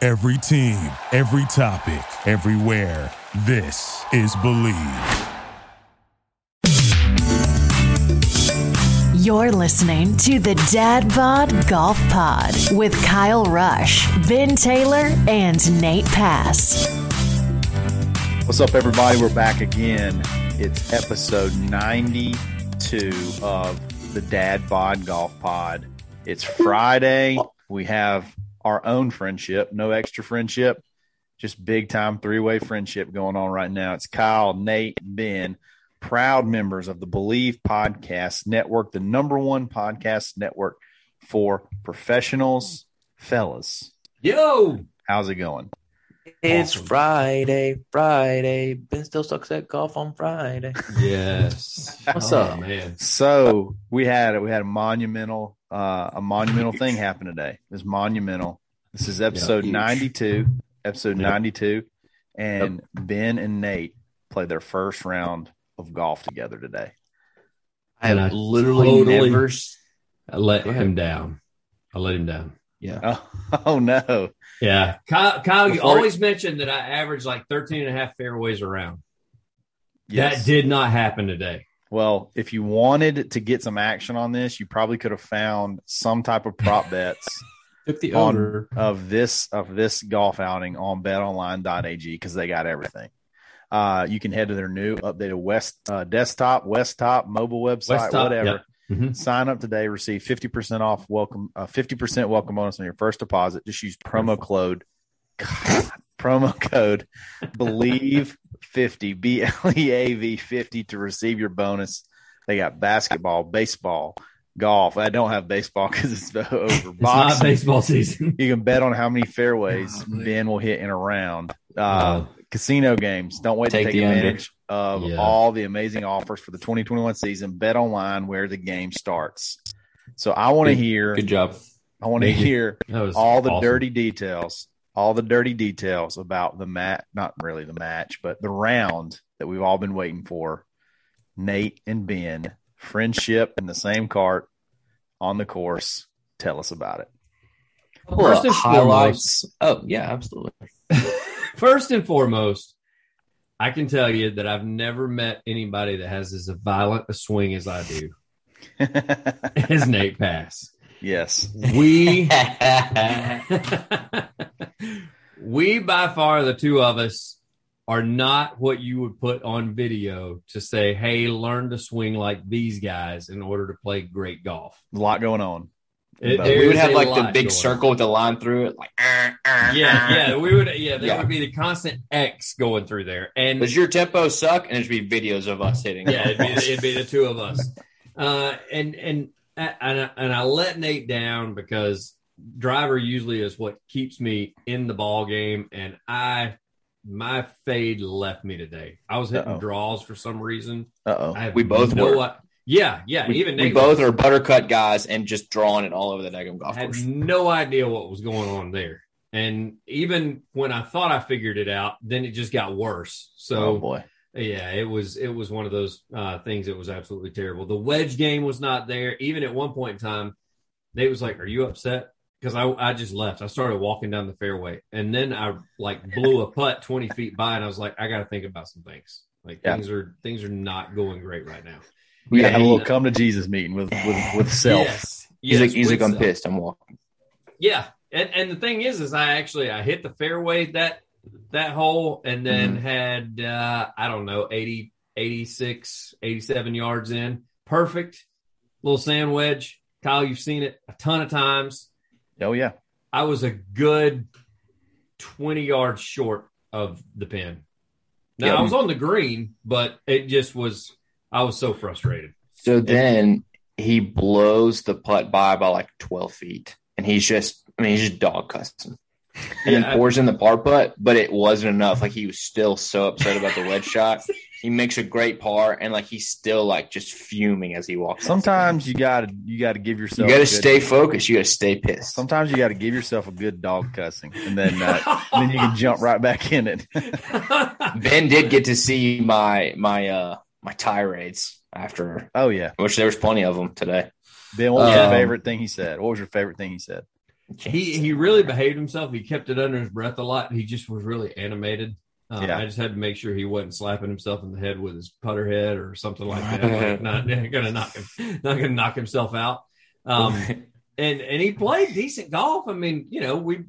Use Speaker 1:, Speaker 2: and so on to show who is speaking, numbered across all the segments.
Speaker 1: Every team, every topic, everywhere. This is Believe.
Speaker 2: You're listening to the Dad Bod Golf Pod with Kyle Rush, Ben Taylor, and Nate Pass.
Speaker 3: What's up, everybody? We're back again. It's episode 92 of the Dad Bod Golf Pod. It's Friday. We have our own friendship, no extra friendship, just big time three way friendship going on right now. It's Kyle, Nate, Ben, proud members of the Believe Podcast Network, the number one podcast network for professionals. Fellas,
Speaker 4: Yo,
Speaker 3: how's it going?
Speaker 5: It's
Speaker 4: Awesome.
Speaker 5: Friday, Friday. Ben still sucks at golf on Friday.
Speaker 4: yes.
Speaker 5: What's
Speaker 4: Oh,
Speaker 5: up?
Speaker 4: man?
Speaker 3: So we had we had a monumental uh, a monumental thing happen today. It was monumental. This is episode
Speaker 4: huge.
Speaker 3: ninety two. Episode
Speaker 4: Yep.
Speaker 3: ninety two, and Ben and Nate played their first round of golf together today.
Speaker 5: I
Speaker 4: And
Speaker 5: have
Speaker 4: I
Speaker 5: literally
Speaker 4: totally-
Speaker 5: never. s-
Speaker 4: I let
Speaker 5: Go ahead.
Speaker 4: him down. I let him down. Yeah.
Speaker 3: Oh, oh no!
Speaker 4: Yeah. Kyle, Kyle you
Speaker 3: Before-
Speaker 4: always mentioned that I averaged like 13 and a half fairways around.
Speaker 3: Yes.
Speaker 4: That did not happen today.
Speaker 3: Well, if you wanted to get some action on this, you probably could have found some type of prop bets
Speaker 6: Took the
Speaker 3: on-
Speaker 6: over.
Speaker 3: of this of this golf outing on betonline.ag because they got everything. Uh, you can head to their new updated West uh, desktop, West top, mobile website,
Speaker 4: West top,
Speaker 3: whatever.
Speaker 4: yep. Mhm.
Speaker 3: Sign up today, receive fifty percent off welcome uh fifty percent welcome bonus on your first deposit. Just use promo code God, promo code believe fifty B L E A V fifty to receive your bonus. They got basketball, baseball, golf. I don't have baseball because it's over.
Speaker 4: It's not
Speaker 3: Boxing,
Speaker 4: baseball season.
Speaker 3: you can bet on how many fairways Ben will hit in a round. Uh, casino games. Don't wait
Speaker 6: Take
Speaker 3: to take
Speaker 6: the under.
Speaker 3: advantage of
Speaker 4: Yeah.
Speaker 3: all the amazing offers for the 2021 season. Bet online where the game starts. So I want to hear.
Speaker 6: Good job.
Speaker 3: I want to
Speaker 4: Thank you.
Speaker 3: hear
Speaker 4: that was
Speaker 3: all the
Speaker 4: awesome.
Speaker 3: dirty details. All the dirty details about the mat. Not really the match, but the round that we've all been waiting for. Nate and Ben, friendship in the same cart on the course. Tell us about it.
Speaker 6: Couple
Speaker 4: First
Speaker 6: of
Speaker 4: and
Speaker 6: highlights. Oh yeah, absolutely.
Speaker 4: First and foremost, I can tell you that I've never met anybody that has as violent a swing as I do, as Nate Pass.
Speaker 3: yes.
Speaker 4: We we by far the two of us are not what you would put on video to say, "Hey, learn to swing like these guys in order to play great golf."
Speaker 3: a lot going on.
Speaker 4: It-
Speaker 3: But
Speaker 4: there
Speaker 6: we would
Speaker 4: is
Speaker 6: have
Speaker 4: a
Speaker 6: like the
Speaker 4: lot
Speaker 6: big
Speaker 4: going
Speaker 6: circle with a line through it. Like,
Speaker 4: on. Yeah, yeah, we would. Yeah, there
Speaker 6: Yeah.
Speaker 4: would be the constant X going through there, and
Speaker 6: Does your tempo suck? And there'd be videos of us hitting.
Speaker 4: yeah, it'd be, it'd be the two of us. Uh, and and and I, and I let Nate down because driver usually is what keeps me in the ball game, and I my fade left me today. I was hitting
Speaker 3: Uh-oh.
Speaker 4: draws for some reason.
Speaker 3: Uh-oh.
Speaker 4: I have
Speaker 6: We both were.
Speaker 4: i- yeah, yeah.
Speaker 6: we,
Speaker 4: even
Speaker 6: we
Speaker 4: Nate
Speaker 6: both
Speaker 4: was.
Speaker 6: are buttercut guys and just drawing it all over the daggum golf
Speaker 4: I had
Speaker 6: course.
Speaker 4: no idea what was going on there. And even when I thought I figured it out, then it just got worse. So
Speaker 3: oh boy.
Speaker 4: Yeah, it was it was one of those uh, things that was absolutely terrible. The wedge game was not there. Even at one point in time, Nate was like, "Are you upset?" Because I I just left. I started walking down the fairway, and then I like blew a putt twenty feet by, and I was like, "I got to think about some things. Like
Speaker 3: Yeah.
Speaker 4: things are things are not going great right now."
Speaker 3: We gotta have a
Speaker 4: Yeah.
Speaker 3: little come to Jesus meeting with with, with self.
Speaker 4: Yes,
Speaker 6: He's like,
Speaker 4: Yes,
Speaker 6: he's like,
Speaker 4: with
Speaker 6: I'm
Speaker 4: self.
Speaker 6: pissed. I'm walking.
Speaker 4: Yeah, and and the thing is, is I actually I hit the fairway that that hole, and then had uh, I don't know 80, 86, 87 yards in, perfect little sand wedge. Kyle, you've seen it a ton of times.
Speaker 3: Oh yeah.
Speaker 4: I was a good twenty yards short of the pin. Now
Speaker 3: Yeah.
Speaker 4: I was on the green, but it just was. I was so frustrated.
Speaker 6: So then he blows the putt by by like 12 feet. And he's just, I mean, he's just dog cussing. And
Speaker 4: Yeah,
Speaker 6: then
Speaker 4: I-
Speaker 6: pours in the par putt, but it wasn't enough. Like he was still so upset about the wedge shot. He makes a great par, and like he's still like just fuming as he walks. off the
Speaker 3: Sometimes you gotta you gotta give
Speaker 6: green.
Speaker 3: yourself
Speaker 6: you got
Speaker 3: a
Speaker 6: to
Speaker 3: good-
Speaker 6: stay focused. You got to stay pissed.
Speaker 3: Sometimes you gotta give yourself a good dog cussing and then uh, and then you can jump right back in it.
Speaker 6: Ben did get to see my my uh my tirades after,
Speaker 3: Oh yeah.
Speaker 6: which there was plenty of them today.
Speaker 3: Ben, what was your
Speaker 6: Um,
Speaker 3: favorite thing he said? What was your favorite thing he said?
Speaker 4: he he really behaved himself. He kept it under his breath a lot. He just was really animated. Um,
Speaker 3: Yeah.
Speaker 4: I just had to make sure he wasn't slapping himself in the head with his putter head or something like that. like not gonna knock him, not gonna knock himself out. Um, and and he played decent golf. I mean, you know, we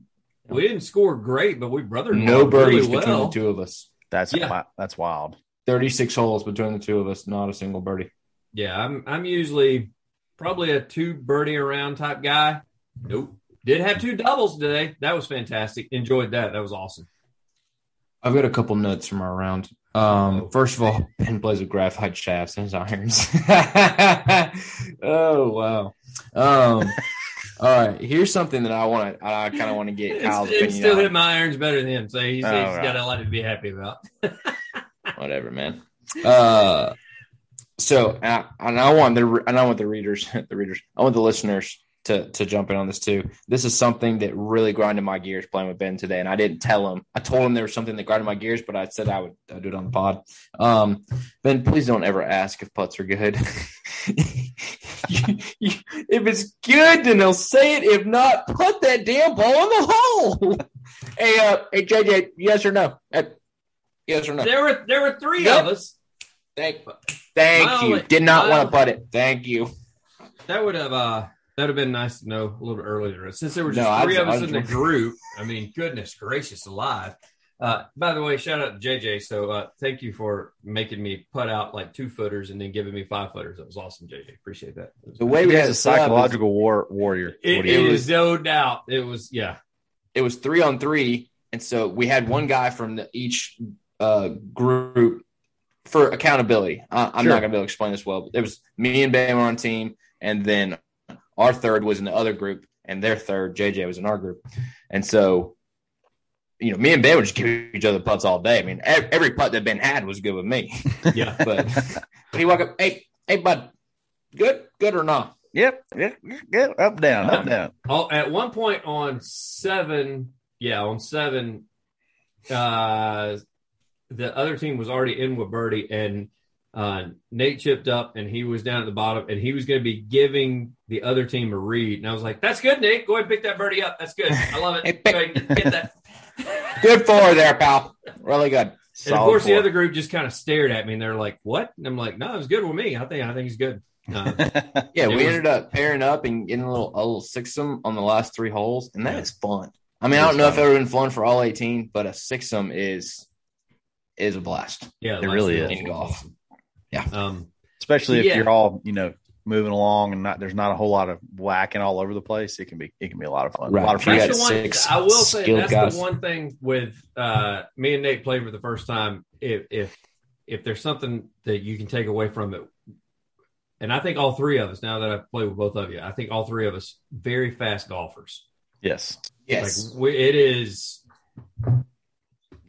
Speaker 4: we didn't score great, but we brothered
Speaker 6: no
Speaker 4: along really
Speaker 6: birdies between
Speaker 4: well.
Speaker 6: the two of us.
Speaker 3: That's
Speaker 4: Yeah.
Speaker 3: wi- that's wild.
Speaker 6: 36 holes between the two of us, not a single birdie.
Speaker 4: Yeah, I'm I'm usually probably a two birdie around type guy. Nope. Did have two doubles today. That was fantastic. Enjoyed that. That was awesome.
Speaker 6: I've got a couple notes from our round. Um, first of all, Ben plays with graphite shafts in his irons. oh wow! Um, all right, here's something that I want to. I kind of want to get Kyle's
Speaker 4: it's, it's
Speaker 6: opinion
Speaker 4: still
Speaker 6: on.
Speaker 4: hit my irons better than him, so he's,
Speaker 3: Oh,
Speaker 4: he's
Speaker 3: right.
Speaker 4: got a lot to be happy about.
Speaker 6: whatever, man. Uh, so and I, and I want the and I want the readers, the readers, I want the listeners to to jump in on this too. This is something that really grinded my gears playing with Ben today, and I didn't tell him. I told him there was something that grinded my gears, but I said I would I'd do it on the pod. Um, ben, please don't ever ask if putts are good. You- you- if it's good, then they'll say it. If not, put that damn ball in the hole. hey, uh, hey, JJ, yes or no? Uh, yes or no?
Speaker 4: There were there were three
Speaker 6: Yep.
Speaker 4: of us
Speaker 6: Thank, thank
Speaker 4: My
Speaker 6: you.
Speaker 4: only-
Speaker 6: Did not
Speaker 4: my
Speaker 6: want to
Speaker 4: only-
Speaker 6: butt it. Thank you.
Speaker 4: that would have uh that would have been nice to know a little bit earlier since there were just
Speaker 6: No, I-
Speaker 4: three of
Speaker 6: I
Speaker 4: us in
Speaker 6: just-
Speaker 4: the group. I mean, goodness gracious, alive. Uh, by the way, shout out to JJ. So uh, thank you for making me put out like two footers and then giving me five footers. That was awesome, JJ. Appreciate that.
Speaker 6: The way
Speaker 3: He
Speaker 6: we
Speaker 3: is
Speaker 6: had
Speaker 3: a
Speaker 6: it set up is-
Speaker 3: psychological war warrior. What
Speaker 4: It
Speaker 3: do you-
Speaker 6: it
Speaker 4: is
Speaker 6: was-
Speaker 4: no doubt. It was yeah.
Speaker 6: it was three on three, and so we had one guy from the, each uh, group for accountability. Uh, I'm
Speaker 3: Sure.
Speaker 6: not going to be able to explain this well. But it was me and Ben were on team, and then our third was in the other group, and their third JJ was in our group, and so. You know, me and Ben would just give each other putts all day. I mean, ev- every putt that Ben had was good with me.
Speaker 4: Yeah.
Speaker 6: But, but he walk up, hey, hey, bud, good, good or not?
Speaker 3: Yep. Yep. Yep. Up down. Up down.
Speaker 4: Oh, at one point on seven, yeah, on seven, uh, the other team was already in with birdie, and uh, Nate chipped up, and he was down at the bottom, and he was going to be giving the other team a read, and I was like, "That's good, Nate. Go ahead and pick that birdie up. That's good. I love
Speaker 6: Hey,
Speaker 4: it.
Speaker 6: pick-
Speaker 4: Go ahead and get that."
Speaker 6: Good four there, pal. Really good.
Speaker 4: And of course, the
Speaker 3: four.
Speaker 4: other group just kind of stared at me, and they're like, "What?" And I'm like, "No, it was good with me. I think I think it's good." Uh,
Speaker 6: Yeah,
Speaker 4: It
Speaker 6: we
Speaker 4: was-
Speaker 6: ended up pairing up and getting a little a little sixum on the last three holes, and that
Speaker 4: Yeah.
Speaker 6: is fun. I mean,
Speaker 3: It
Speaker 6: I
Speaker 3: is
Speaker 6: don't know if
Speaker 3: fun.
Speaker 6: it would have been fun for all eighteen, but a sixum is is a blast.
Speaker 4: yeah,
Speaker 3: It
Speaker 4: last
Speaker 3: really
Speaker 4: year
Speaker 3: is.
Speaker 4: was awesome.
Speaker 6: Yeah.
Speaker 4: Um,
Speaker 3: Especially if
Speaker 4: Yeah.
Speaker 3: you're all you know moving along and not there's not a whole lot of whacking all over the place. It can be it can be a lot of fun. A lot of
Speaker 6: Right.
Speaker 3: fun.
Speaker 6: You
Speaker 4: that's
Speaker 6: got
Speaker 4: the one,
Speaker 6: six
Speaker 4: I will say
Speaker 6: skilled
Speaker 4: that's
Speaker 6: guys.
Speaker 4: the one thing with uh, me and Nate played for the first time. If if if there's something that you can take away from it, and I think all three of us now that I've played with both of you, I think all three of us very fast golfers.
Speaker 3: Yes.
Speaker 4: Like we, it is.
Speaker 6: no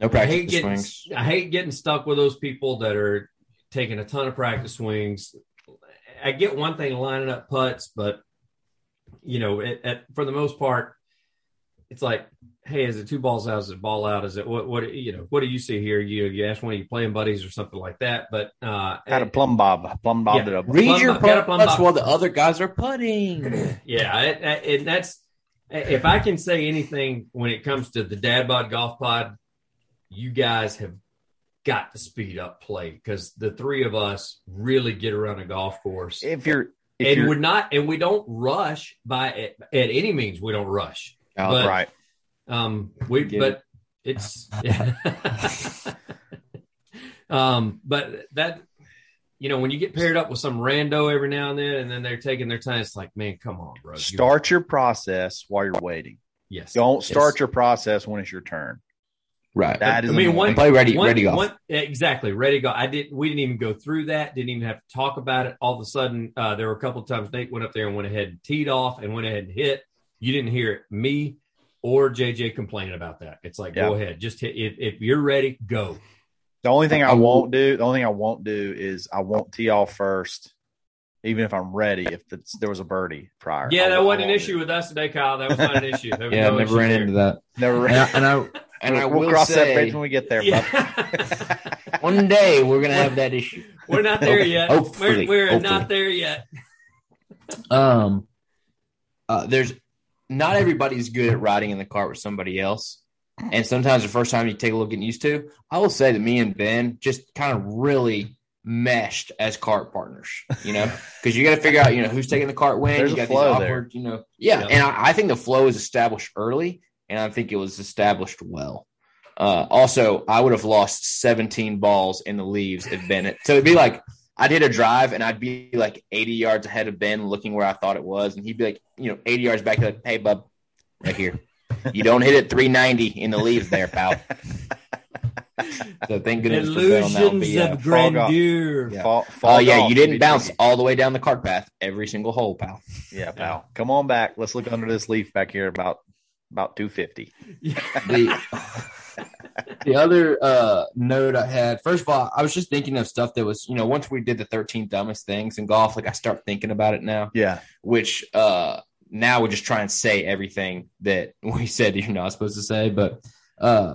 Speaker 4: I
Speaker 6: practice
Speaker 4: hate getting
Speaker 6: swings.
Speaker 4: I hate getting stuck with those people that are taking a ton of practice swings. I get one thing lining up putts, but you know, it, at, for the most part, it's like, hey, is it two balls out? Is it ball out? Is it what? What you know? What do you see here? You you ask one of your playing buddies or something like that. But uh,
Speaker 3: Had a plumb bob. Plumb bob
Speaker 4: Yeah.
Speaker 3: it up.
Speaker 6: Read
Speaker 4: Plumb
Speaker 6: your
Speaker 4: up, get a plumb
Speaker 6: putts
Speaker 4: up.
Speaker 6: while the other guys are putting.
Speaker 4: yeah, it, it, and that's if I can say anything when it comes to the dad bod golf pod, you guys have got to speed up play because the three of us really get around a golf course
Speaker 3: If you're if
Speaker 4: and
Speaker 3: you're
Speaker 4: we're not and we don't rush by at, at any means we don't rush
Speaker 6: Oh,
Speaker 4: but-
Speaker 3: right.
Speaker 4: um we
Speaker 6: Get
Speaker 4: but it's um but that you know when you get paired up with some rando every now and then and then they're taking their time it's like man come on bro You-
Speaker 3: Start your process while you're waiting.
Speaker 4: yes
Speaker 3: Don't start
Speaker 6: Yes.
Speaker 3: your process when it's your turn.
Speaker 6: right.
Speaker 3: That is
Speaker 4: I mean,
Speaker 3: annoying.
Speaker 4: one-
Speaker 6: Play ready,
Speaker 4: One-
Speaker 6: ready golf.
Speaker 4: one- exactly, ready go. I didn't. We didn't even go through that. Didn't even have to talk about it. All of a sudden, uh, there were a couple of times Nate went up there and went ahead and teed off and went ahead and hit. You didn't hear me or JJ complain about that. It's like, go ahead, just hit. If, if you're ready, go.
Speaker 3: The only thing I
Speaker 6: I will-
Speaker 3: won't do, the only thing I won't do is I won't tee off first, even if I'm ready. If it's, there was a birdie prior,
Speaker 4: Yeah,
Speaker 3: I
Speaker 4: that
Speaker 3: won't-
Speaker 4: wasn't
Speaker 3: I
Speaker 4: an
Speaker 3: won't
Speaker 4: issue
Speaker 3: do
Speaker 4: with us today, Kyle. That was not an issue. There was
Speaker 6: yeah,
Speaker 4: no
Speaker 6: never
Speaker 4: issue
Speaker 6: ran
Speaker 4: there.
Speaker 6: into that.
Speaker 3: it. Never.
Speaker 6: And I, and I, and I
Speaker 3: we'll,
Speaker 6: will
Speaker 3: cross
Speaker 6: say,
Speaker 3: that bridge when we get there. bub.
Speaker 4: Yeah.
Speaker 6: one day we're gonna have that issue.
Speaker 4: we're not there yet. We're,
Speaker 6: Hopefully,
Speaker 4: we're
Speaker 6: hopefully.
Speaker 4: not there yet.
Speaker 6: Um, uh, there's not everybody's good at riding in the car with somebody else. And sometimes the first time you take a little getting used to, I will say that me and Ben just kind of really meshed as cart partners, you know, because you got to figure out, you know, who's taking the cart when.
Speaker 3: There's
Speaker 6: you
Speaker 3: a
Speaker 6: got
Speaker 3: flow there.
Speaker 6: awkward, you know, yeah.
Speaker 4: Yeah.
Speaker 6: And I, I think the flow is established early, and I think it was established well. Uh, also, I would have lost 17 balls in the leaves if Bennett. So it'd be like I'd hit a drive and I'd be like 80 yards ahead of Ben, looking where I thought it was, and he'd be like, you know, 80 yards back, like, "Hey, bub, right here. You don't hit it 390 in the leaves there, pal." so thank goodness for Ben on that one. But
Speaker 4: Illusions
Speaker 6: yeah,
Speaker 4: of
Speaker 3: fog off.
Speaker 4: grandeur.
Speaker 6: Yeah.
Speaker 3: Fall, fall
Speaker 6: Oh yeah,
Speaker 3: off.
Speaker 6: you didn't
Speaker 3: Be
Speaker 6: bounce
Speaker 3: tricky.
Speaker 6: all the way down the cart path every single hole, pal.
Speaker 3: Yeah, pal. Come on back. Let's look under this leaf back here about about 250.
Speaker 6: the the other uh note I had, first of all, I was just thinking of stuff that was, you know, once we did the 13 dumbest things in golf, like I start thinking about it now,
Speaker 3: Yeah.
Speaker 6: which uh now we just try and say everything that we said you're not supposed to say, but uh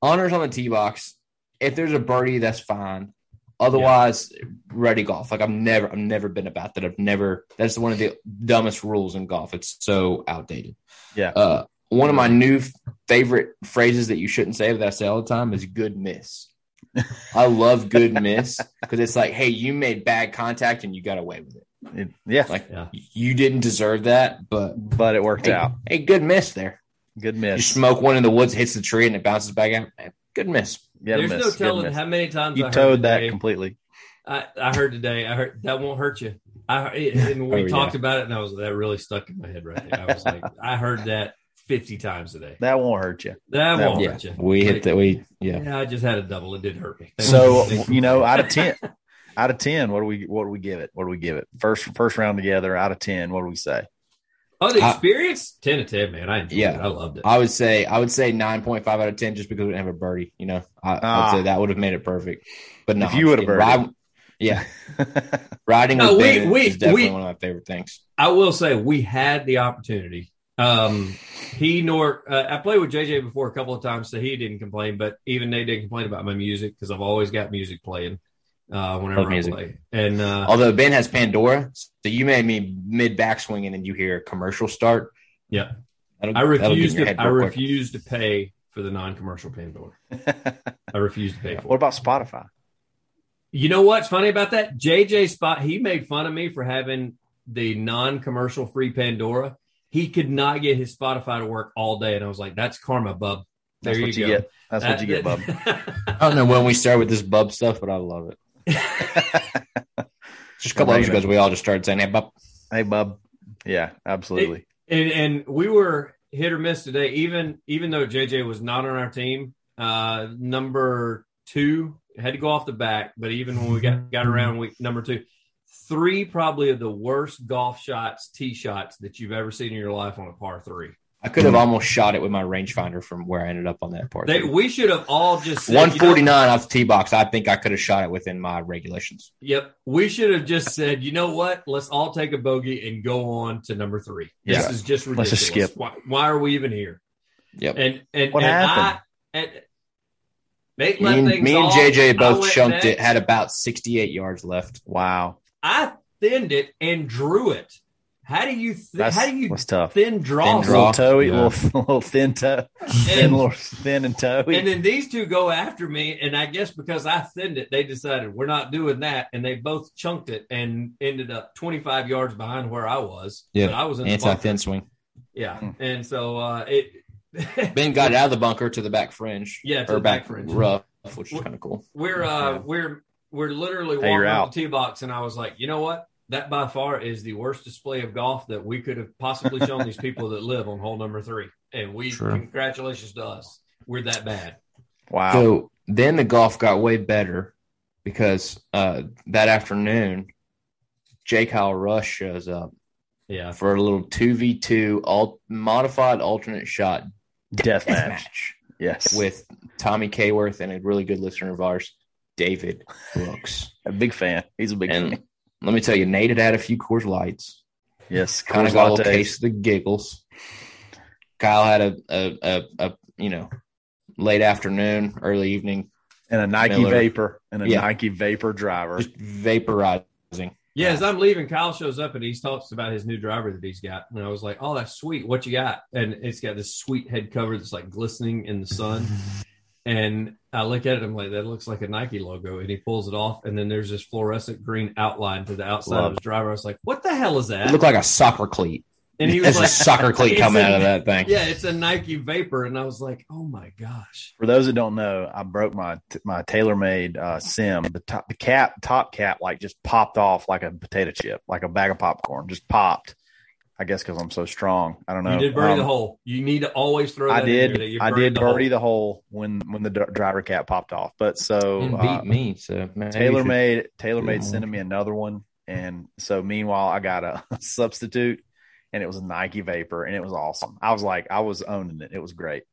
Speaker 6: honors on the tee box. If there's a birdie, that's fine. Otherwise, ready golf. Like I've never, I've never been about that. I've never. That's one of the dumbest rules in golf. It's so outdated.
Speaker 3: Yeah.
Speaker 6: Uh, one of my new favorite phrases that you shouldn't say but that I say all the time is "good miss." I love "good miss" because it's like, hey, you made bad contact and you got away with it.
Speaker 3: It- yeah.
Speaker 6: Like
Speaker 4: Yeah.
Speaker 6: you didn't deserve that, but
Speaker 3: but it worked
Speaker 6: hey,
Speaker 3: out.
Speaker 6: hey, good miss there.
Speaker 3: Good
Speaker 6: You
Speaker 3: miss.
Speaker 6: smoke one in the woods, hits the tree, and it bounces back out. Man, good miss.
Speaker 3: You had a
Speaker 4: There's
Speaker 3: miss. You
Speaker 4: no
Speaker 3: had a
Speaker 4: telling
Speaker 3: miss.
Speaker 4: how many times I
Speaker 3: You
Speaker 4: heard
Speaker 3: towed that
Speaker 4: today,
Speaker 3: completely.
Speaker 4: I, I heard today. I heard that won't hurt you. I it, and we
Speaker 6: Oh, yeah.
Speaker 4: talked about it, and I was that really stuck in my head right there. I was like, I heard that 50 times today.
Speaker 3: That won't hurt you. that
Speaker 4: That, won't
Speaker 3: one.
Speaker 6: Yeah,
Speaker 4: hurt you.
Speaker 6: we hit that. We yeah.
Speaker 4: Yeah, I just had a double. It did hurt me. Thank
Speaker 3: So
Speaker 4: you.
Speaker 3: you know, out of ten, out of ten, what do we what do we give it? What do we give it? First first round together, out of ten, what do we say?
Speaker 4: oh, the
Speaker 6: I-
Speaker 4: experience, ten to ten, man. I enjoyed
Speaker 6: Yeah.
Speaker 4: it. I loved it.
Speaker 6: I would say I would say nine point five out of ten just because we didn't have a birdie. You know, I,
Speaker 3: Ah.
Speaker 6: I'd say that would have made it perfect. But no,
Speaker 3: If
Speaker 6: I'm
Speaker 3: you
Speaker 6: just
Speaker 3: would've
Speaker 6: kidding.
Speaker 3: birdied.
Speaker 6: Ride- yeah, riding
Speaker 4: No,
Speaker 6: with
Speaker 4: we-
Speaker 6: Bennett
Speaker 4: we-
Speaker 6: is definitely
Speaker 4: we-
Speaker 6: one of my favorite things.
Speaker 4: I will say we had the opportunity. Um, he nor uh, I played with JJ before a couple of times, so he didn't complain. But even they didn't complain about my music because I've always got music playing uh, whenever
Speaker 6: Love
Speaker 4: I
Speaker 6: music. Oh.
Speaker 4: play. And uh,
Speaker 6: Although Ben has Pandora, so you made me mid backswing and then you hear a commercial start.
Speaker 4: Yeah.
Speaker 6: That'll-
Speaker 4: I
Speaker 6: that'll get in
Speaker 4: refuse
Speaker 6: your
Speaker 4: to
Speaker 6: head
Speaker 4: I
Speaker 6: real quick.
Speaker 4: refuse to pay for the non-commercial Pandora. I refuse to pay for
Speaker 3: what
Speaker 4: it.
Speaker 3: about Spotify?
Speaker 4: You know what's funny about that? JJ Spot he made fun of me for having the non-commercial free Pandora. He could not get his Spotify to work all day, and I was like, "That's karma, bub." There
Speaker 3: That's
Speaker 4: you
Speaker 3: what you
Speaker 4: go.
Speaker 3: get. That's what you get, bub.
Speaker 4: bub.
Speaker 6: I don't know when we start with this bub stuff, but I love it. Just a couple hours ago, we all just started saying, "Hey, bub."
Speaker 3: hey bub. Yeah, absolutely.
Speaker 4: and and we were hit or miss today. Even even though JJ was not on our team, uh, number two had to go off the back. But even when we got got around week number two, three probably of the worst golf shots, tee shots that you've ever seen in your life on a par three.
Speaker 6: I could have almost shot it with my rangefinder from where I ended up on that part.
Speaker 4: They, we should have all just said, you know-
Speaker 6: 149 off the tee box. I think I could have shot it within my regulations.
Speaker 4: Yep, we should have just said, you know what? Let's all take a bogey and go on to number three. This
Speaker 3: Yeah.
Speaker 4: is just ridiculous.
Speaker 3: Let's just skip.
Speaker 4: Why, why are we even here?
Speaker 6: Yep.
Speaker 4: And and
Speaker 3: What
Speaker 4: and
Speaker 3: happened?
Speaker 4: I, and Nate
Speaker 6: Me
Speaker 4: left
Speaker 6: and,
Speaker 4: things
Speaker 6: me and
Speaker 4: off. I
Speaker 6: JJ both
Speaker 4: went
Speaker 6: chunked it,
Speaker 4: next.
Speaker 6: had about 68 yards left.
Speaker 3: Wow.
Speaker 4: I thinned it and drew it. How do you th-
Speaker 3: That's
Speaker 4: how do you
Speaker 3: was tough.
Speaker 4: thin draw?
Speaker 6: Thin
Speaker 4: something?
Speaker 3: Little toey,
Speaker 6: Yeah.
Speaker 3: little little thin toe, thin
Speaker 4: And,
Speaker 3: little thin and toey.
Speaker 4: and then these two go after me, and I guess because I thinned it, they decided we're not doing that, and they both chunked it and ended up 25 yards behind where I was.
Speaker 6: Yeah.
Speaker 4: But I was in the
Speaker 6: Anti
Speaker 4: bunker.
Speaker 6: thin swing.
Speaker 3: Hmm.
Speaker 4: Yeah, and so uh, it.
Speaker 6: Ben got out of the bunker to the back fringe.
Speaker 4: Yeah, to
Speaker 6: or
Speaker 4: the back
Speaker 6: back,
Speaker 4: fringe.
Speaker 6: rough, which is kind of cool.
Speaker 4: we're uh we're we're literally
Speaker 3: Hey, you're
Speaker 4: walking out
Speaker 3: out.
Speaker 4: the tee box and i was like you know what that by far is the worst display of golf that we could have possibly shown these people that live on hole number three and we
Speaker 6: Sure.
Speaker 4: congratulations to us we're that bad
Speaker 3: wow.
Speaker 6: So then the golf got way better because uh, that afternoon, J. Kyle Rush shows up
Speaker 4: yeah
Speaker 6: for a little 2v2 all modified alternate shot
Speaker 3: Death match.
Speaker 6: match.
Speaker 3: Yes.
Speaker 6: with Tommy Kayworth and a really good listener of ours, David Brooks.
Speaker 3: a big fan. He's a big fan.
Speaker 6: and let me tell you, Nate had had a few Coors Lights,
Speaker 3: Yes.
Speaker 6: kind
Speaker 3: Coors
Speaker 6: of got a little
Speaker 3: lattes.
Speaker 6: case of the giggles. Kyle had a, a, a, a you know late afternoon, early evening,
Speaker 3: and a Nike
Speaker 6: Miller.
Speaker 3: vapor and a
Speaker 6: Yeah.
Speaker 3: Nike vapor driver.
Speaker 6: just vaporizing.
Speaker 4: Yeah, as I'm leaving, Kyle shows up and he talks about his new driver that he's got. And I was like, oh, that's sweet. What you got? And it's got this sweet head cover that's like glistening in the sun. And I look at it, I'm like, that looks like a Nike logo. And he pulls it off. And then there's this fluorescent green outline to the outside
Speaker 6: Love
Speaker 4: of his driver. I was like, what the hell is that?
Speaker 6: It looked like a soccer cleat.
Speaker 4: and he was
Speaker 6: There's
Speaker 4: like,
Speaker 6: a soccer cleat
Speaker 4: It's
Speaker 6: coming
Speaker 4: a-
Speaker 6: out of that thing.
Speaker 4: yeah, it's a Nike Vapor. And I was like, oh my gosh.
Speaker 3: For those that don't know, I broke my my TaylorMade uh, sim. The top the cap top cap like just popped off like a potato chip, like a bag of popcorn, just popped. I guess because I'm so strong. I don't know.
Speaker 4: You did birdie
Speaker 3: Um,
Speaker 4: the hole. You need to always throw that
Speaker 3: I
Speaker 4: in there that
Speaker 3: did.
Speaker 4: you
Speaker 3: I
Speaker 4: birdied
Speaker 3: did birdie the hole when when the dr- driver cap popped off. But so
Speaker 6: And
Speaker 3: uh,
Speaker 6: beat me. So man,
Speaker 3: Taylor made Taylor made
Speaker 6: Mhm.
Speaker 3: sending me another one, and so meanwhile I got a substitute, and it was a Nike Vapor, and it was awesome. I was like, I was owning it. It was great.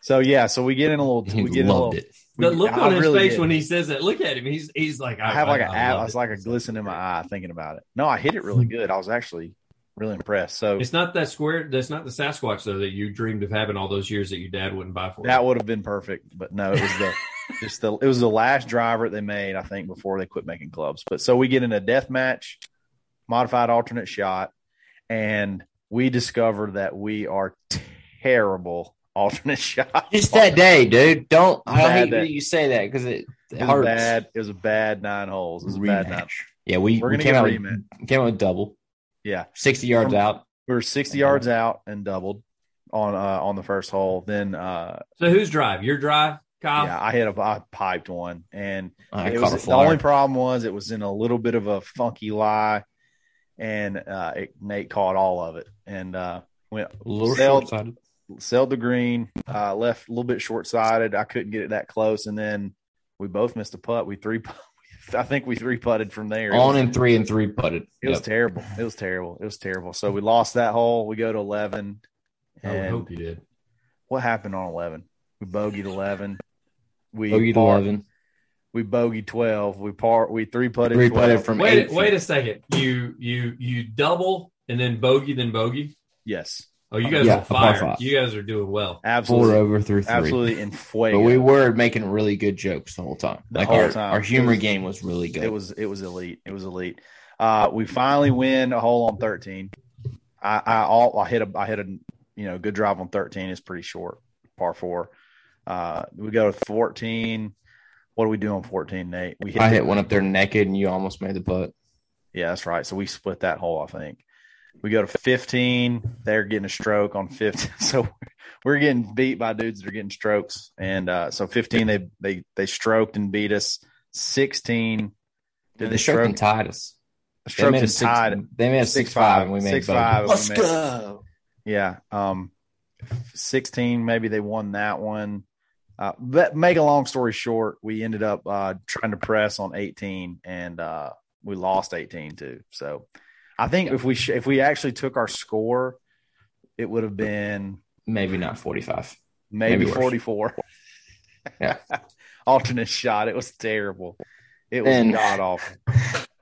Speaker 3: So yeah, so we get in a little.
Speaker 6: He
Speaker 3: We get in a
Speaker 6: loved
Speaker 3: little.
Speaker 6: it.
Speaker 3: we-
Speaker 4: The look
Speaker 3: I
Speaker 4: on his
Speaker 3: really
Speaker 4: face
Speaker 3: did.
Speaker 4: when he says that. Look at him. He's he's like
Speaker 3: I have like a, I,
Speaker 4: love
Speaker 3: was
Speaker 4: it.
Speaker 3: like a glisten in my eye thinking about it. No, I hit it really good. I was actually really impressed. So
Speaker 4: It's not that square. That's not the Sasquatch though that you dreamed of having all those years that your dad wouldn't buy for
Speaker 3: that
Speaker 4: you.
Speaker 3: would have been perfect, but no, it was the just the it was the last driver they made, I think, before they quit making clubs. But so we get in a death match, modified alternate shot, and we discover that we are terrible alternate shot.
Speaker 6: Just that day, dude. Don't I
Speaker 3: Bad
Speaker 6: hate
Speaker 3: day.
Speaker 6: that you say that because it, it
Speaker 3: It was a
Speaker 6: hurts.
Speaker 3: bad. It was a bad nine holes. It was a bad nine.
Speaker 6: Rematch. Yeah, we,
Speaker 3: We're
Speaker 6: we
Speaker 3: gonna
Speaker 6: came
Speaker 3: get a
Speaker 6: out
Speaker 3: rematch.
Speaker 6: with, came out with double,
Speaker 3: Yeah,
Speaker 6: sixty yards
Speaker 3: From-
Speaker 6: out.
Speaker 3: we were sixty yards out and doubled on uh, on the first hole. Then uh,
Speaker 4: So whose drive? Your drive, Kyle.
Speaker 3: yeah, I hit a I piped one and.
Speaker 6: Uh, I
Speaker 3: It
Speaker 6: caught
Speaker 3: was-
Speaker 6: a
Speaker 3: the
Speaker 6: flyer.
Speaker 3: only problem was it was in a little bit of a funky lie, and uh, it, Nate caught all of it and uh, went
Speaker 6: a little
Speaker 3: sailed-
Speaker 6: short-sighted.
Speaker 3: sailed the green, uh, left a little bit short sighted. I couldn't get it that close, and then we both missed a putt. We three, I think we three putted from there. It
Speaker 6: On
Speaker 3: was,
Speaker 6: and three and three putted.
Speaker 3: it was
Speaker 6: Yep.
Speaker 3: terrible. It was terrible. It was terrible. So we lost that hole. We go to eleven,
Speaker 4: I would
Speaker 3: and
Speaker 4: hope you did.
Speaker 3: what happened on eleven? We bogeyed eleven. We
Speaker 6: Bogeyed
Speaker 3: par-
Speaker 6: eleven.
Speaker 3: We bogeyed twelve. We par. We three putted.
Speaker 6: Three putted
Speaker 3: 12.
Speaker 6: from
Speaker 4: Wait,
Speaker 6: eight.
Speaker 4: wait a second. You you you double and then bogey, then bogey.
Speaker 3: Yes,
Speaker 4: Oh, you guys
Speaker 6: Yeah,
Speaker 4: are
Speaker 6: a
Speaker 4: on
Speaker 6: par
Speaker 4: fire.
Speaker 6: five.
Speaker 4: You guys are doing well.
Speaker 3: absolutely.
Speaker 6: four oh. over through three.
Speaker 3: absolutely in
Speaker 6: But we
Speaker 3: fuego.
Speaker 6: were making really good jokes the whole time.
Speaker 3: The
Speaker 6: like
Speaker 3: whole
Speaker 6: our,
Speaker 3: time.
Speaker 6: our humor
Speaker 3: It was-
Speaker 6: game was really good.
Speaker 3: it was it was elite. It was elite. Uh, we finally win a hole on thirteen. I, I all I hit a I hit a you know good drive on thirteen is pretty short par four. Uh, we go to fourteen. What do we do on fourteen, Nate? We
Speaker 6: I
Speaker 3: the-
Speaker 6: hit one up there naked, and you almost made the putt.
Speaker 3: Yeah, that's right. So we split that hole. I think we go to fifteen. They're getting a stroke on fifteen. So we're getting beat by dudes that are getting strokes. And uh, so fifteen, they they they stroked and beat us. Sixteen.
Speaker 6: Did
Speaker 3: Did
Speaker 6: they
Speaker 3: they
Speaker 6: stroke and tied us? They
Speaker 3: strokes
Speaker 6: made a
Speaker 3: and
Speaker 6: six.
Speaker 3: tied.
Speaker 6: They made a
Speaker 3: Six
Speaker 6: six five,
Speaker 3: five.
Speaker 6: and we made
Speaker 3: Six
Speaker 6: bogey.
Speaker 3: five. Let's
Speaker 6: go.
Speaker 3: Yeah. Um, 16, maybe they won that one. Uh, but make a long story short, we ended up uh, trying to press on 18 and uh, we lost 18 too. So I think if we sh- if we actually took our score, it would have been
Speaker 6: Maybe not forty five.
Speaker 3: maybe,
Speaker 6: Maybe worse.
Speaker 3: 44.
Speaker 6: Yeah.
Speaker 3: Alternate shot. It was terrible. It was
Speaker 6: And-
Speaker 3: god awful.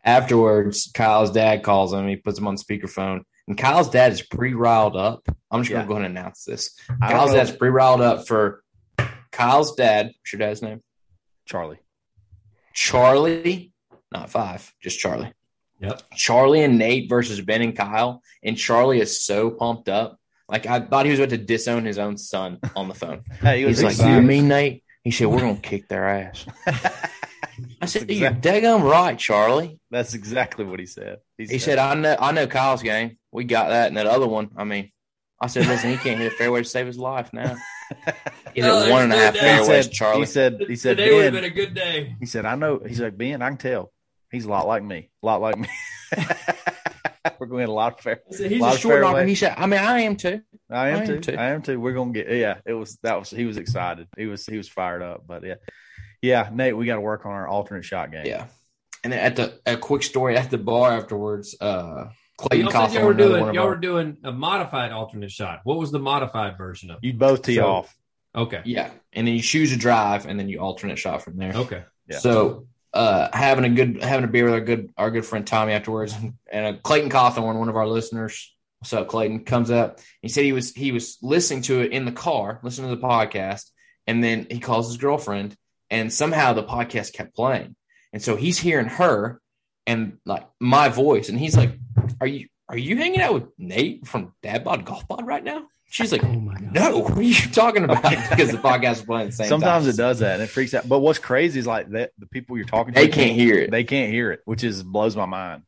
Speaker 6: Afterwards, Kyle's dad calls him. He puts him on speakerphone, and Kyle's dad is pre riled up. I'm just
Speaker 3: Yeah.
Speaker 6: gonna go ahead and announce this.
Speaker 3: I don't
Speaker 6: Kyle's
Speaker 3: know-
Speaker 6: dad's pre riled up for Kyle's dad. What's your dad's name?
Speaker 3: Charlie.
Speaker 6: Charlie, not five, just Charlie.
Speaker 4: Yep.
Speaker 6: Charlie and Nate versus Ben and Kyle. And Charlie is so pumped up. Like I thought he was about to disown his own son on the phone.
Speaker 3: Hey, he was
Speaker 6: He's like,
Speaker 3: excited.
Speaker 6: You mean Nate? He said, We're gonna kick their ass. I said, You're daggum right, Charlie.
Speaker 3: That's exactly what he said.
Speaker 6: He said, I know I know Kyle's game. We got that. And that other one, I mean, I said, listen, he can't hit a fairway to save his life now. He's
Speaker 4: No,
Speaker 6: at one and a half
Speaker 4: he
Speaker 3: he
Speaker 6: fairways,
Speaker 3: said,
Speaker 6: Charlie.
Speaker 3: he said, he said,
Speaker 4: today would have
Speaker 3: "Ben,"
Speaker 4: been a good day.
Speaker 3: He said, I know. He's like, Ben, I can tell. He's a lot like me. A lot like me. We're going to hit a lot of fair.
Speaker 4: I said, he's
Speaker 6: He's
Speaker 3: lot
Speaker 6: a
Speaker 3: of
Speaker 6: short
Speaker 3: fairway.
Speaker 6: knocker. He said, I mean, I am too.
Speaker 3: I am,
Speaker 6: I am
Speaker 3: too.
Speaker 6: too.
Speaker 3: I am too. We're gonna get yeah, it was that was he was excited. He was he was fired up. But yeah. Yeah, Nate, we gotta work on our alternate shot game.
Speaker 6: Yeah. And then at the a quick story at the bar afterwards, uh Clayton
Speaker 4: y'all said
Speaker 6: Coughlin,
Speaker 4: y'all were
Speaker 6: another
Speaker 4: doing
Speaker 6: one of
Speaker 4: y'all
Speaker 6: our-
Speaker 4: were doing a modified alternate shot. What was the modified version of? it?
Speaker 3: You both tee
Speaker 6: So-
Speaker 3: off.
Speaker 4: Okay,
Speaker 6: yeah, and then you choose a drive and then you alternate shot from there.
Speaker 4: okay.
Speaker 3: Yeah.
Speaker 6: So uh, having a good having a beer with our good our good friend Tommy afterwards, and uh, Clayton Cawthorn, one of our listeners. What's up, Clayton? Comes up. He said he was he was listening to it in the car, listening to the podcast, and then he calls his girlfriend, and somehow the podcast kept playing, and so he's hearing her, and like my voice. And he's like, Are you are you hanging out with Nate from Dad Bod Golf Bod right now? She's like,
Speaker 4: Oh my god.
Speaker 6: No, what are you talking about? because the podcast is playing at the same
Speaker 3: Sometimes
Speaker 6: time.
Speaker 3: it does that and it freaks out. But what's crazy is like that the people you're talking to
Speaker 6: They can't hear it.
Speaker 3: they can't hear it, which is blows my mind.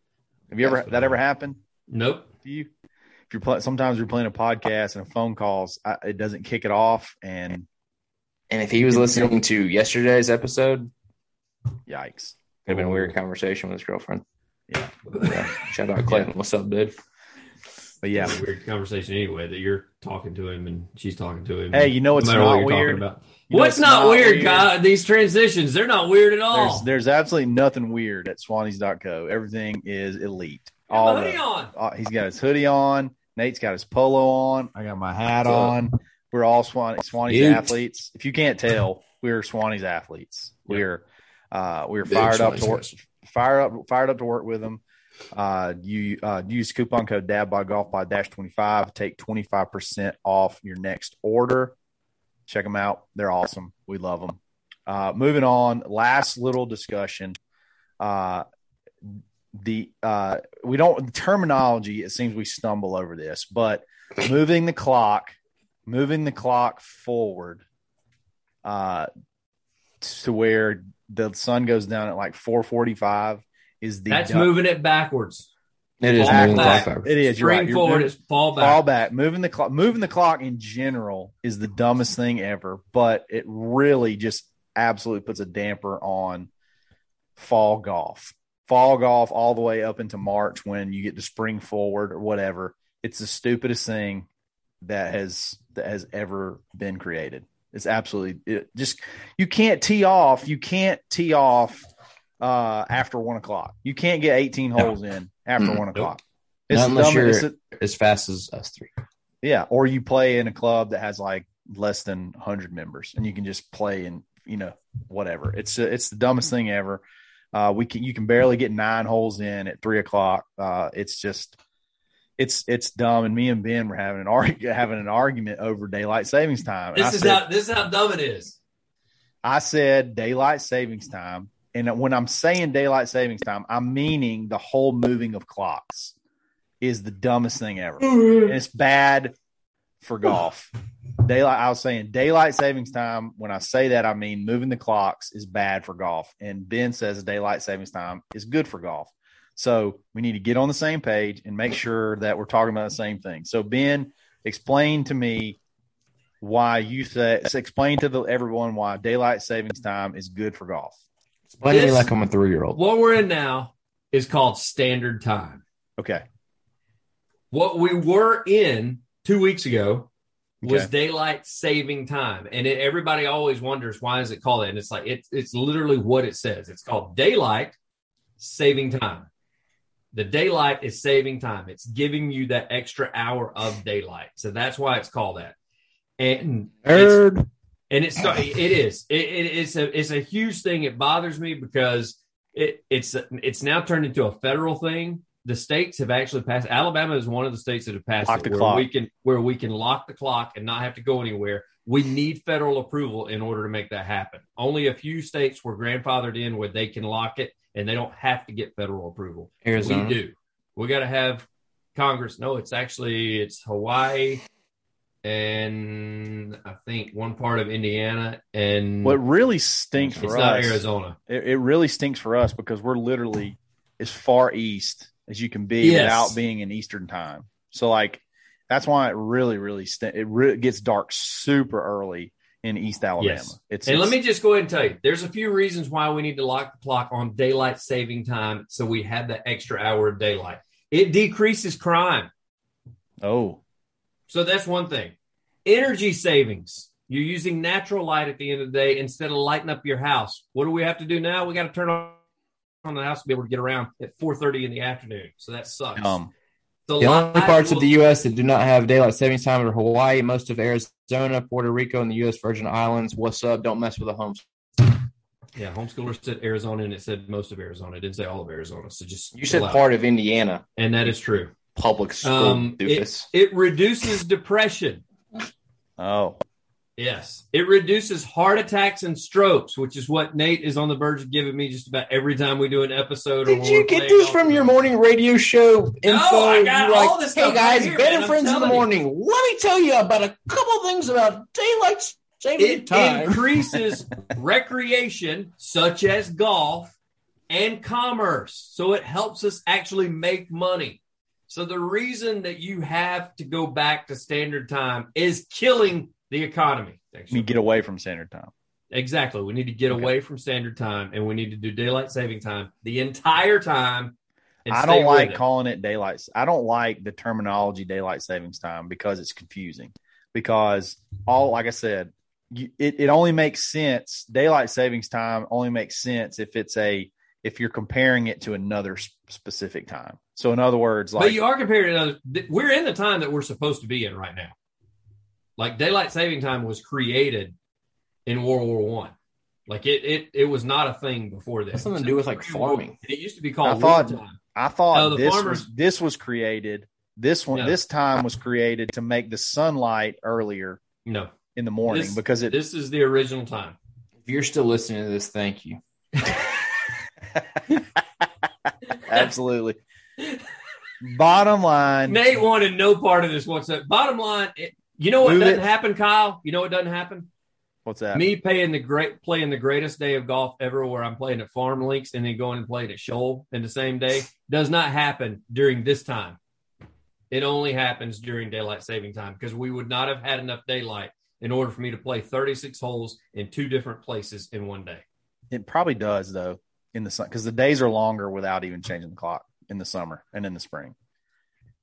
Speaker 3: Have you ever
Speaker 4: That's
Speaker 3: that ever happened
Speaker 4: Nope.
Speaker 3: to you? If you're playing, sometimes you're playing a podcast and a phone calls, I, it doesn't kick it off, and
Speaker 6: and if he was listening to yesterday's episode,
Speaker 3: yikes.
Speaker 6: it would have been a
Speaker 4: Mm-hmm.
Speaker 6: weird conversation with his girlfriend.
Speaker 3: Yeah.
Speaker 6: Yeah. Shout out Clayton. What's up, dude?
Speaker 3: But yeah,
Speaker 4: It's a weird conversation anyway that you're talking to him and she's talking to him.
Speaker 3: Hey, you know what's
Speaker 4: matter
Speaker 3: not
Speaker 4: you're talking
Speaker 3: weird?
Speaker 4: about.
Speaker 3: You know
Speaker 4: What's
Speaker 3: it's
Speaker 4: not,
Speaker 3: not
Speaker 4: weird,
Speaker 3: weird?
Speaker 4: God? These transitions, they're not weird at all.
Speaker 3: there's there's absolutely nothing weird at Swannies.co. Everything is elite.
Speaker 4: Got my
Speaker 3: All
Speaker 4: hoodie
Speaker 3: the,
Speaker 4: on.
Speaker 3: uh, he's got his hoodie on. Nate's got his polo on. I got my hat
Speaker 6: What's up?
Speaker 3: on. We're all Swan Swanee's
Speaker 6: Mute.
Speaker 3: athletes. If you can't tell, we're Swanee's athletes. We're uh, we're
Speaker 6: Big
Speaker 3: fired up
Speaker 6: Swanee's
Speaker 3: to work, fire up fired up to work with them. Uh, you uh, use coupon code Dad by Golf by Dash twenty five. Take twenty five percent off your next order. Check them out. They're awesome. We love them. Uh, moving on. Last little discussion. Uh, the uh, we don't terminology. It seems we stumble over this, but moving the clock, moving the clock forward, uh, to where the sun goes down at like four forty five is the
Speaker 4: That's
Speaker 3: dumb-
Speaker 4: moving it backwards.
Speaker 6: It is
Speaker 4: Fall
Speaker 6: moving the
Speaker 4: back.
Speaker 6: clock over.
Speaker 3: It is. You're
Speaker 4: Spring
Speaker 3: right. You're-
Speaker 4: forward,
Speaker 3: you're-
Speaker 4: it's fall back.
Speaker 3: fall back. Moving the clock, moving the clock in general is the dumbest thing ever, but it really just absolutely puts a damper on fall golf. Fall golf all the way up into March when you get to spring forward or whatever. It's the stupidest thing that has that has ever been created. It's absolutely it just you can't tee off. You can't tee off uh after one o'clock. You can't get 18 holes in after
Speaker 6: Mm-mm.
Speaker 3: one o'clock.
Speaker 6: Mm-hmm. Not unless
Speaker 3: dumb-
Speaker 6: you're-
Speaker 3: it's the-
Speaker 6: As fast as us three.
Speaker 3: yeah, or you play in a club that has like less than 100 members, and you can just play and you know whatever. It's uh, it's the dumbest thing ever. Uh, we can you can barely get nine holes in at three o'clock. Uh, it's just it's it's dumb. And me and Ben were having an arg- having an argument over daylight savings time. And
Speaker 4: This
Speaker 3: I
Speaker 4: is
Speaker 3: said,
Speaker 4: how this is how dumb it is.
Speaker 3: I said daylight savings time, and when I'm saying daylight savings time, I'm meaning the whole moving of clocks is the dumbest thing ever and it's bad for golf. Daylight, I was saying daylight savings time. When I say that, I mean moving the clocks is bad for golf. And Ben says daylight savings time is good for golf. So we need to get on the same page and make sure that we're talking about the same thing. So Ben, explain to me why you say explain to the, everyone why daylight savings time is good for golf.
Speaker 6: Explain to me
Speaker 4: This-
Speaker 6: like I'm a three year old.
Speaker 4: What we're in now is called standard time.
Speaker 3: Okay.
Speaker 4: What we were in two weeks ago was
Speaker 3: Okay.
Speaker 4: daylight saving time, and it, everybody always wonders why is it called that. And it's like it's it's literally what it says. It's called daylight saving time. The daylight is saving time. It's giving you that extra hour of daylight, so that's why it's called that. And it's-
Speaker 6: Nerd.
Speaker 4: and it's it is it, it, it's a it's a huge thing. It bothers me because it it's it's now turned into a federal thing. The states have actually passed. Alabama is one of the states that have passed
Speaker 3: Lock
Speaker 4: it,
Speaker 3: the
Speaker 4: where
Speaker 3: clock.
Speaker 4: we can where we can lock the clock and not have to go anywhere. We need federal approval in order to make that happen. Only a few states were grandfathered in where they can lock it and they don't have to get federal approval.
Speaker 6: Arizona.
Speaker 4: We do. We got to have Congress. No, it's actually it's Hawaii and I think one part of Indiana and
Speaker 3: What really stinks
Speaker 4: it's
Speaker 3: for
Speaker 4: not
Speaker 3: us
Speaker 4: Arizona.
Speaker 3: it, it really stinks for us because we're literally as far east as you can be
Speaker 4: Yes.
Speaker 3: without being in Eastern time. So like that's why it really, really st- it re- gets dark super early in East Alabama.
Speaker 4: Yes.
Speaker 3: It's,
Speaker 4: And let
Speaker 3: it's-
Speaker 4: me just go ahead and tell you, there's a few reasons why we need to lock the clock on daylight saving time so we have that extra hour of daylight. It decreases crime.
Speaker 3: oh
Speaker 4: So that's one thing. Energy savings. You're using natural light at the end of the day instead of lighting up your house. What do we have to do now? We got to turn on on the house to be able to get around at 4:30 in the afternoon. So that sucks.
Speaker 3: um
Speaker 4: the
Speaker 6: The only
Speaker 4: light
Speaker 6: parts
Speaker 4: will-
Speaker 6: of the U.S. that do not have daylight savings time are Hawaii, most of Arizona, Puerto Rico, and the U.S. Virgin Islands. What's up? Don't mess with the homes.
Speaker 4: Yeah, homeschoolers said Arizona, and it said most of Arizona. It didn't say all of Arizona. So just
Speaker 6: You said
Speaker 4: chill out.
Speaker 6: part of Indiana
Speaker 4: and that is true.
Speaker 6: public school
Speaker 4: Um, it,
Speaker 6: doofus.
Speaker 4: it reduces depression.
Speaker 3: oh
Speaker 4: Yes, it reduces heart attacks and strokes, which is what Nate is on the verge of giving me just about every time we do an episode. or
Speaker 6: Did
Speaker 4: when
Speaker 6: you
Speaker 4: we're
Speaker 6: get
Speaker 4: playing
Speaker 6: this
Speaker 4: golf.
Speaker 6: from your morning radio show info?
Speaker 4: I got
Speaker 6: You're
Speaker 4: all this
Speaker 6: hey
Speaker 4: stuff right
Speaker 6: guys,
Speaker 4: here,
Speaker 6: better
Speaker 4: man, I'm
Speaker 6: friends in the
Speaker 4: telling
Speaker 6: morning. Let me tell you about a couple things about daylight saving
Speaker 4: It
Speaker 6: time.
Speaker 4: increases recreation, such as golf and commerce. So it helps us actually make money. So the reason that you have to go back to standard time is killing the economy. Thanks.
Speaker 3: Let me get away from standard time.
Speaker 4: Exactly. We need to get
Speaker 3: Okay.
Speaker 4: away from standard time and we need to do daylight saving time the entire time. and
Speaker 3: I
Speaker 4: stay
Speaker 3: don't
Speaker 4: with
Speaker 3: like
Speaker 4: it.
Speaker 3: calling it daylight. I don't like the terminology daylight savings time because it's confusing. Because all, like I said, you, it, it only makes sense. Daylight savings time only makes sense if it's a if you're comparing it to another s- specific time. So in other words, like
Speaker 4: but you are comparing another. th- We're in the time that we're supposed to be in right now. Like daylight saving time was created in World War One. Like it, it, it was not a thing before this.
Speaker 6: That's something to do with like
Speaker 4: Pre-war-
Speaker 6: farming.
Speaker 4: It used to be called
Speaker 3: I thought-
Speaker 4: war time.
Speaker 3: I thought
Speaker 4: No, the
Speaker 3: this
Speaker 4: farmers-
Speaker 3: was this was created. This one
Speaker 4: No.
Speaker 3: this time was created to make the sunlight earlier
Speaker 4: No,
Speaker 3: in the morning
Speaker 4: This-
Speaker 3: because it
Speaker 4: this is the original time.
Speaker 6: If you're still listening to this, thank you.
Speaker 3: absolutely. Bottom line,
Speaker 4: Nate wanted no part of this whatsoever. Bottom line, it, you know what
Speaker 3: Move
Speaker 4: doesn't
Speaker 3: it.
Speaker 4: happen, Kyle? You know what doesn't happen?
Speaker 3: what's that?
Speaker 4: Me paying the great playing the greatest day of golf ever, where I'm playing at Farm Links and then going and playing at Shoal in the same day, does not happen during this time. It only happens during daylight saving time because we would not have had enough daylight in order for me to play 36 holes in two different places in one day.
Speaker 3: It probably does though in the sun because the days are longer without even changing the clock in the summer and in the spring.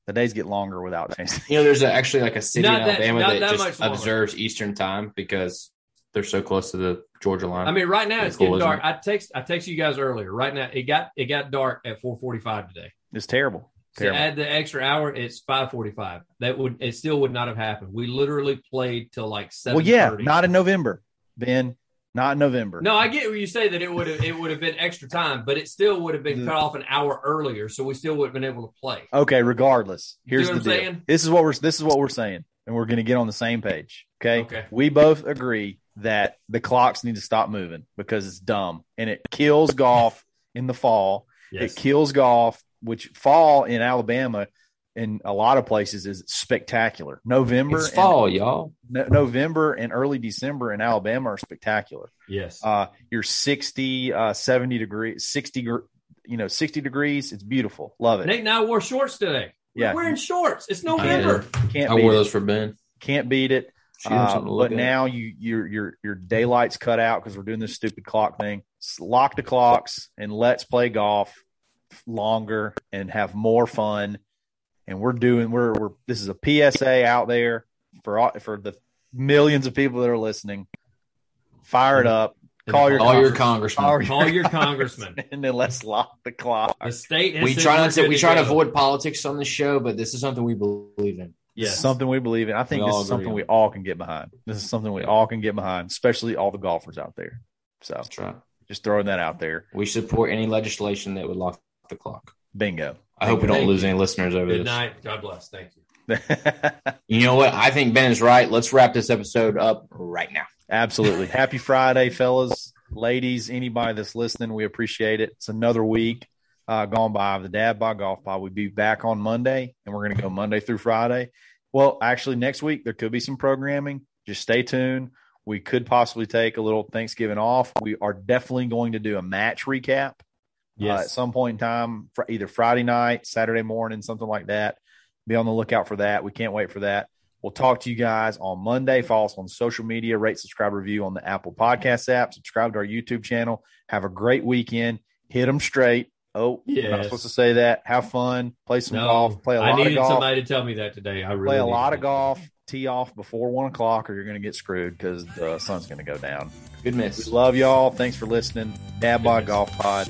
Speaker 3: The days get longer without changing.
Speaker 6: You know, there's a, actually like a city
Speaker 4: Not
Speaker 6: in
Speaker 4: that-
Speaker 6: Alabama
Speaker 4: not
Speaker 6: that,
Speaker 4: that much
Speaker 6: just
Speaker 4: longer.
Speaker 6: observes Eastern time because they're so close to the Georgia line.
Speaker 4: I mean, right now
Speaker 6: Pretty
Speaker 4: it's
Speaker 6: cool,
Speaker 4: getting dark.
Speaker 6: isn't
Speaker 4: I text I text you guys earlier. Right now it got it got dark at 4:45 today.
Speaker 3: It's terrible.
Speaker 4: To
Speaker 3: Terrible.
Speaker 4: add the extra hour, it's five forty-five. That would it still would not have happened. We literally played till like seven.
Speaker 3: Well, yeah, not in November, Ben. Not in November.
Speaker 4: No, I get where you say that it would have it would have been extra time, but it still would have
Speaker 3: Mm-hmm.
Speaker 4: been cut off an hour earlier, so we still would have been able to play.
Speaker 3: Okay. Regardless,
Speaker 4: You
Speaker 3: here's
Speaker 4: see
Speaker 3: the
Speaker 4: what
Speaker 3: deal.
Speaker 4: I'm saying?
Speaker 3: This is what we're this is what we're saying, and we're going to get on the same page. Okay.
Speaker 4: Okay.
Speaker 3: We both agree that the clocks need to stop moving because it's dumb and it kills golf in the fall. It kills golf, which fall in Alabama in a lot of places is spectacular. November,
Speaker 6: it's
Speaker 3: and-
Speaker 6: fall, y'all.
Speaker 3: no- November and early December in Alabama are spectacular.
Speaker 4: Yes.
Speaker 3: Uh, you're 60, uh, 70 degrees, 60, gr- you know, 60 degrees. It's beautiful. Love it.
Speaker 4: Nate and I wore shorts today.
Speaker 3: Yeah.
Speaker 4: We're wearing shorts. It's November.
Speaker 3: can't
Speaker 6: I
Speaker 3: beat
Speaker 6: wore
Speaker 3: it.
Speaker 6: those for Ben.
Speaker 3: Can't beat it.
Speaker 6: She had
Speaker 3: Uh,
Speaker 6: something to look
Speaker 3: but
Speaker 6: at.
Speaker 3: now you your your your daylight's cut out because we're doing this stupid clock thing. S- Lock the clocks and let's play golf longer and have more fun. And we're doing we're we're this is a PSA out there for all, for the millions of people that are listening. Fire it up, call your
Speaker 6: all your
Speaker 4: congressman.
Speaker 6: congressmen.
Speaker 3: Call
Speaker 4: Call your congressman.
Speaker 3: and then let's lock the clock.
Speaker 4: The state. Has
Speaker 6: we
Speaker 4: said
Speaker 6: try
Speaker 4: we're
Speaker 6: not to
Speaker 4: good
Speaker 6: we try to
Speaker 4: go.
Speaker 6: avoid politics on the show, but this is something we believe in.
Speaker 3: This is
Speaker 4: Yes.
Speaker 3: something we believe in. I think
Speaker 6: We
Speaker 3: this
Speaker 6: all
Speaker 3: is
Speaker 6: agree
Speaker 3: something
Speaker 6: on
Speaker 3: we
Speaker 6: it.
Speaker 3: all can get behind. This is something we all can get behind, especially all the golfers out there. So
Speaker 6: That's right.
Speaker 3: just throwing that out there.
Speaker 6: We support any legislation that would lock the clock.
Speaker 3: Bingo.
Speaker 6: I hope we
Speaker 4: Thank
Speaker 6: don't
Speaker 4: you.
Speaker 6: lose any listeners over
Speaker 4: Good
Speaker 6: this.
Speaker 4: night. God bless. Thank you.
Speaker 6: You know what? I think Ben is right. Let's wrap this episode up right now.
Speaker 3: Absolutely. Happy Friday, fellas, ladies, anybody that's listening. We appreciate it. It's another week uh, gone by of the Dad by Golf Pod. We'll be back on Monday, and we're going to go Monday through Friday. Well, actually, next week there could be some programming. Just stay tuned. We could possibly take a little Thanksgiving off. We are definitely going to do a match recap uh, at some point in time, fr- either Friday night, Saturday morning, something like that. Be on the lookout for that. We can't wait for that. We'll talk to you guys on Monday. Follow us on social media, rate, subscribe, review on the Apple Podcast app, subscribe to our YouTube channel. Have a great weekend. Hit them straight. Oh, yeah. not
Speaker 4: Yes.
Speaker 3: supposed to say that. Have fun. Play some
Speaker 4: No,
Speaker 3: golf. Play a
Speaker 4: I
Speaker 3: lot
Speaker 4: needed
Speaker 3: of golf.
Speaker 4: somebody to tell me that today. I really
Speaker 3: play a
Speaker 4: needed
Speaker 3: lot of
Speaker 4: that.
Speaker 3: golf. Tee off before one o'clock, or you're going to get screwed because the sun's going to go down.
Speaker 6: Good
Speaker 3: We
Speaker 6: miss.
Speaker 3: love y'all. Thanks for listening. Dad Bod Golf Pod.